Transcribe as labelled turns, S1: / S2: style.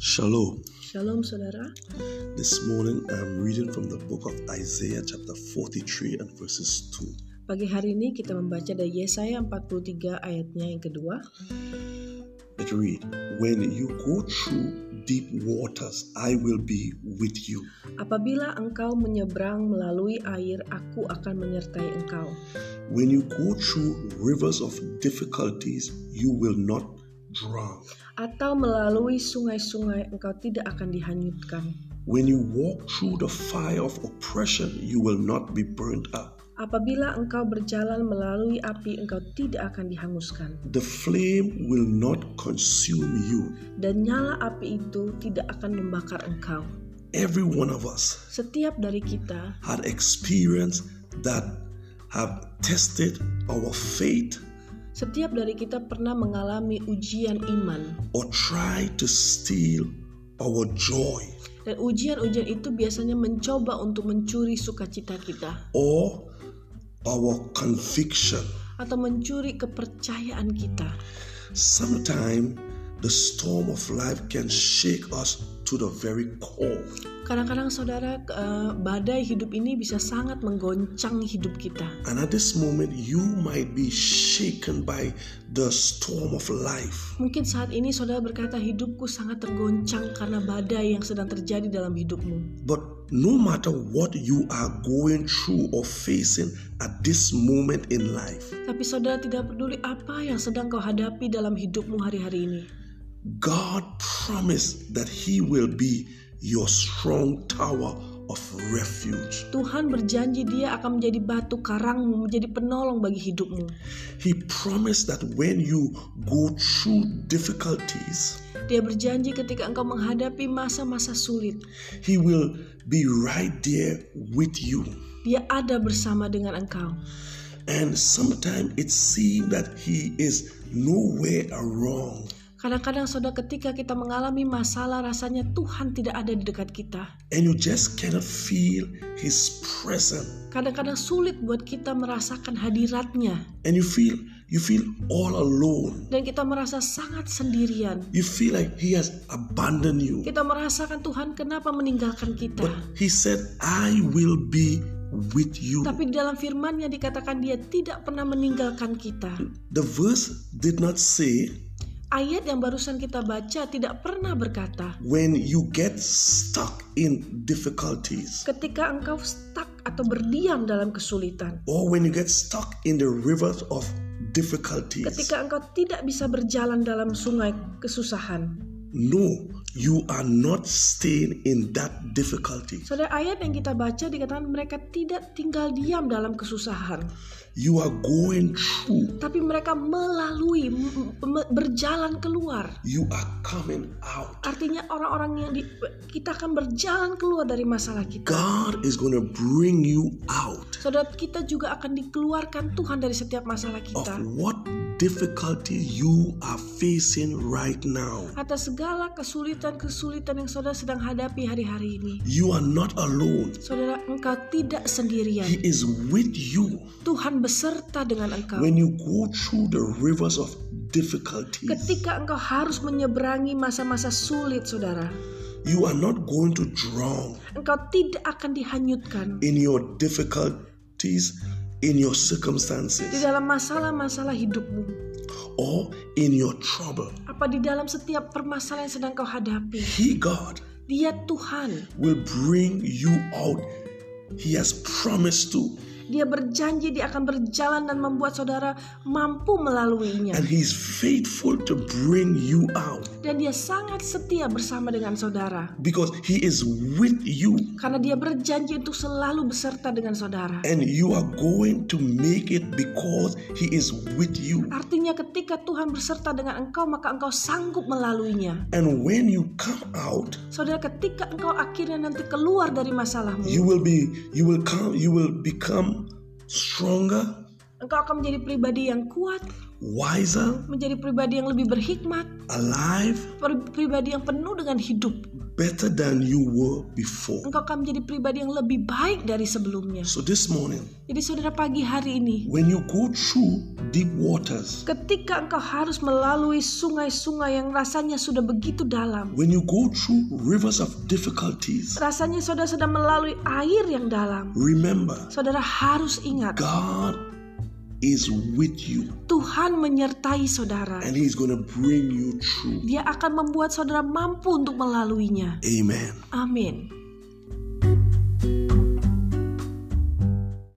S1: Shalom.
S2: Shalom saudara.
S1: This morning I'm reading from the book of Isaiah chapter 43 and verses 2.
S2: Pagi hari ini kita membaca dari Yesaya 43 ayatnya yang kedua.
S1: It read, When you go through deep waters, I will be with you.
S2: Apabila engkau menyeberang melalui air, aku akan menyertai engkau.
S1: When you go through rivers of difficulties, you will not drown.
S2: Atau melalui sungai-sungai, engkau tidak akan dihanyutkan.
S1: When you walk through the fire of oppression, you will not be burnt up.
S2: Apabila engkau berjalan melalui api, engkau tidak akan dihanguskan.
S1: The flame will not consume you.
S2: Dan nyala api itu tidak akan membakar engkau.
S1: Every one of us
S2: Setiap dari kita
S1: had experienced that have tested our faith
S2: Setiap dari kita pernah mengalami ujian iman,
S1: or tried to steal our joy
S2: dan ujian-ujian itu biasanya mencoba untuk mencuri sukacita kita
S1: or our conviction.
S2: atau mencuri kepercayaan kita.
S1: Sometimes the storm of life can shake us to the very core.
S2: Kadang-kadang, saudara, eh, badai hidup ini bisa sangat menggoncang hidup kita,
S1: And at this moment, you might be shaken by the storm of life.
S2: mungkin saat ini saudara berkata, "Hidupku sangat tergoncang karena badai yang sedang terjadi dalam hidupmu."
S1: But no matter what you are going through or facing at this moment in life,
S2: Tapi saudara tidak peduli apa yang sedang kau hadapi dalam hidupmu hari-hari ini.
S1: God promised that He will be your strong tower of refuge.
S2: Tuhan berjanji dia akan menjadi batu karangmu, menjadi penolong bagi hidupmu.
S1: He promised that when you go through difficulties,
S2: Dia berjanji ketika engkau menghadapi masa-masa sulit,
S1: He will be right there with you.
S2: dia ada bersama dengan engkau.
S1: And sometimes it seems that He is nowhere around.
S2: Kadang-kadang saudara ketika kita mengalami masalah rasanya Tuhan tidak ada di dekat kita.
S1: And you just cannot feel His presence.
S2: Kadang-kadang sulit buat kita merasakan hadiratnya
S1: And you feel you feel all alone.
S2: dan kita merasa sangat sendirian.
S1: You feel like He has abandoned you.
S2: Kita merasakan Tuhan kenapa meninggalkan kita.
S1: But He said, I will be with you.
S2: Tapi di dalam firmannya dikatakan dia tidak pernah meninggalkan kita.
S1: The verse did not say
S2: Ayat yang barusan kita baca tidak pernah berkata,
S1: when you get stuck in difficulties
S2: ketika engkau stuck atau berdiam dalam kesulitan,
S1: or when you get stuck in the rivers of difficulties.
S2: ketika engkau tidak bisa berjalan dalam sungai kesusahan.
S1: No, you are not staying in that difficulty.
S2: Saudara ayat yang kita baca dikatakan mereka tidak tinggal diam dalam kesusahan,
S1: You are going through.
S2: tapi mereka melalui m- m- berjalan keluar.
S1: You are coming out.
S2: Artinya orang-orang yang di, kita akan berjalan keluar dari masalah kita.
S1: God is going to bring you out
S2: Saudara kita juga akan dikeluarkan Tuhan dari setiap masalah
S1: of
S2: kita.
S1: what difficulty you are facing right now.
S2: Atas segala kesulitan-kesulitan yang saudara sedang hadapi hari-hari ini.
S1: You are not alone.
S2: Saudara, engkau tidak sendirian.
S1: He is with you
S2: Tuhan beserta dengan engkau.
S1: when you go through the rivers of difficulties.
S2: Ketika engkau harus menyeberangi masa-masa sulit, saudara,
S1: You are not going to drown
S2: engkau tidak akan dihanyutkan
S1: in your difficulties, in your
S2: di
S1: circumstances,
S2: dalam masalah-masalah hidupmu,
S1: or in your trouble.
S2: apa di dalam setiap permasalahan yang sedang kau hadapi.
S1: He, God,
S2: Dia Tuhan,
S1: will bring you out. He has promised to,
S2: Dia berjanji Dia akan berjalan dan membuat saudara mampu melaluinya.
S1: and He's faithful to bring you out
S2: Dan Dia sangat setia bersama dengan saudara,
S1: because He is with you
S2: karena Dia berjanji untuk selalu beserta dengan saudara.
S1: and you are going to make it because He is with you.
S2: Artinya ketika Tuhan berserta dengan engkau maka engkau sanggup melaluinya.
S1: And when you come out,
S2: Saudara ketika engkau akhirnya nanti
S1: Iya.
S2: keluar dari masalahmu,
S1: you will be you will come you will become stronger
S2: Engkau akan menjadi pribadi yang kuat,
S1: wiser,
S2: menjadi pribadi yang lebih berhikmat,
S1: alive,
S2: per- pribadi yang penuh dengan hidup.
S1: better than you were before.
S2: Engkau akan menjadi pribadi yang lebih baik dari sebelumnya.
S1: So this morning,
S2: Jadi saudara pagi hari ini,
S1: when you go through deep waters,
S2: ketika engkau harus melalui sungai-sungai yang rasanya sudah begitu dalam,
S1: when you go through rivers of difficulties,
S2: rasanya saudara sedang melalui air yang dalam.
S1: remember
S2: Saudara harus ingat,
S1: God is with you
S2: Tuhan menyertai saudara.
S1: and He's going to bring you through.
S2: Dia akan membuat saudara mampu untuk melaluinya.
S1: Amen.
S2: Amin.